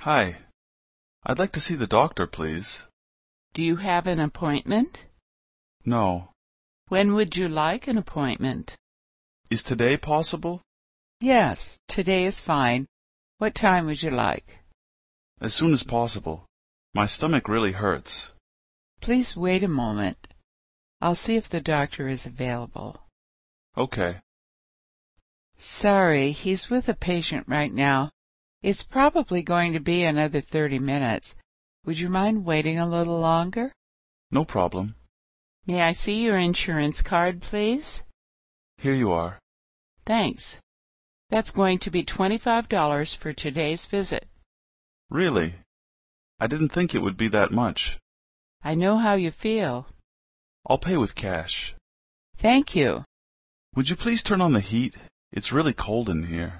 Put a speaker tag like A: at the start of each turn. A: Hi. I'd like to see the doctor, please.
B: Do you have an appointment?
A: No.
B: When would you like an appointment?
A: Is today possible?
B: Yes, today is fine. What time would you like?
A: As soon as possible. My stomach really hurts.
B: Please wait a moment. I'll see if the doctor is available.
A: Okay.
B: Sorry, he's with a patient right now. It's probably going to be another 30 minutes. Would you mind waiting a little longer?
A: No problem.
B: May I see your insurance card, please?
A: Here you are.
B: Thanks. That's going to be $25 for today's visit.
A: Really? I didn't think it would be that much.
B: I know how you feel.
A: I'll pay with cash.
B: Thank you.
A: Would you please turn on the heat? It's really cold in here.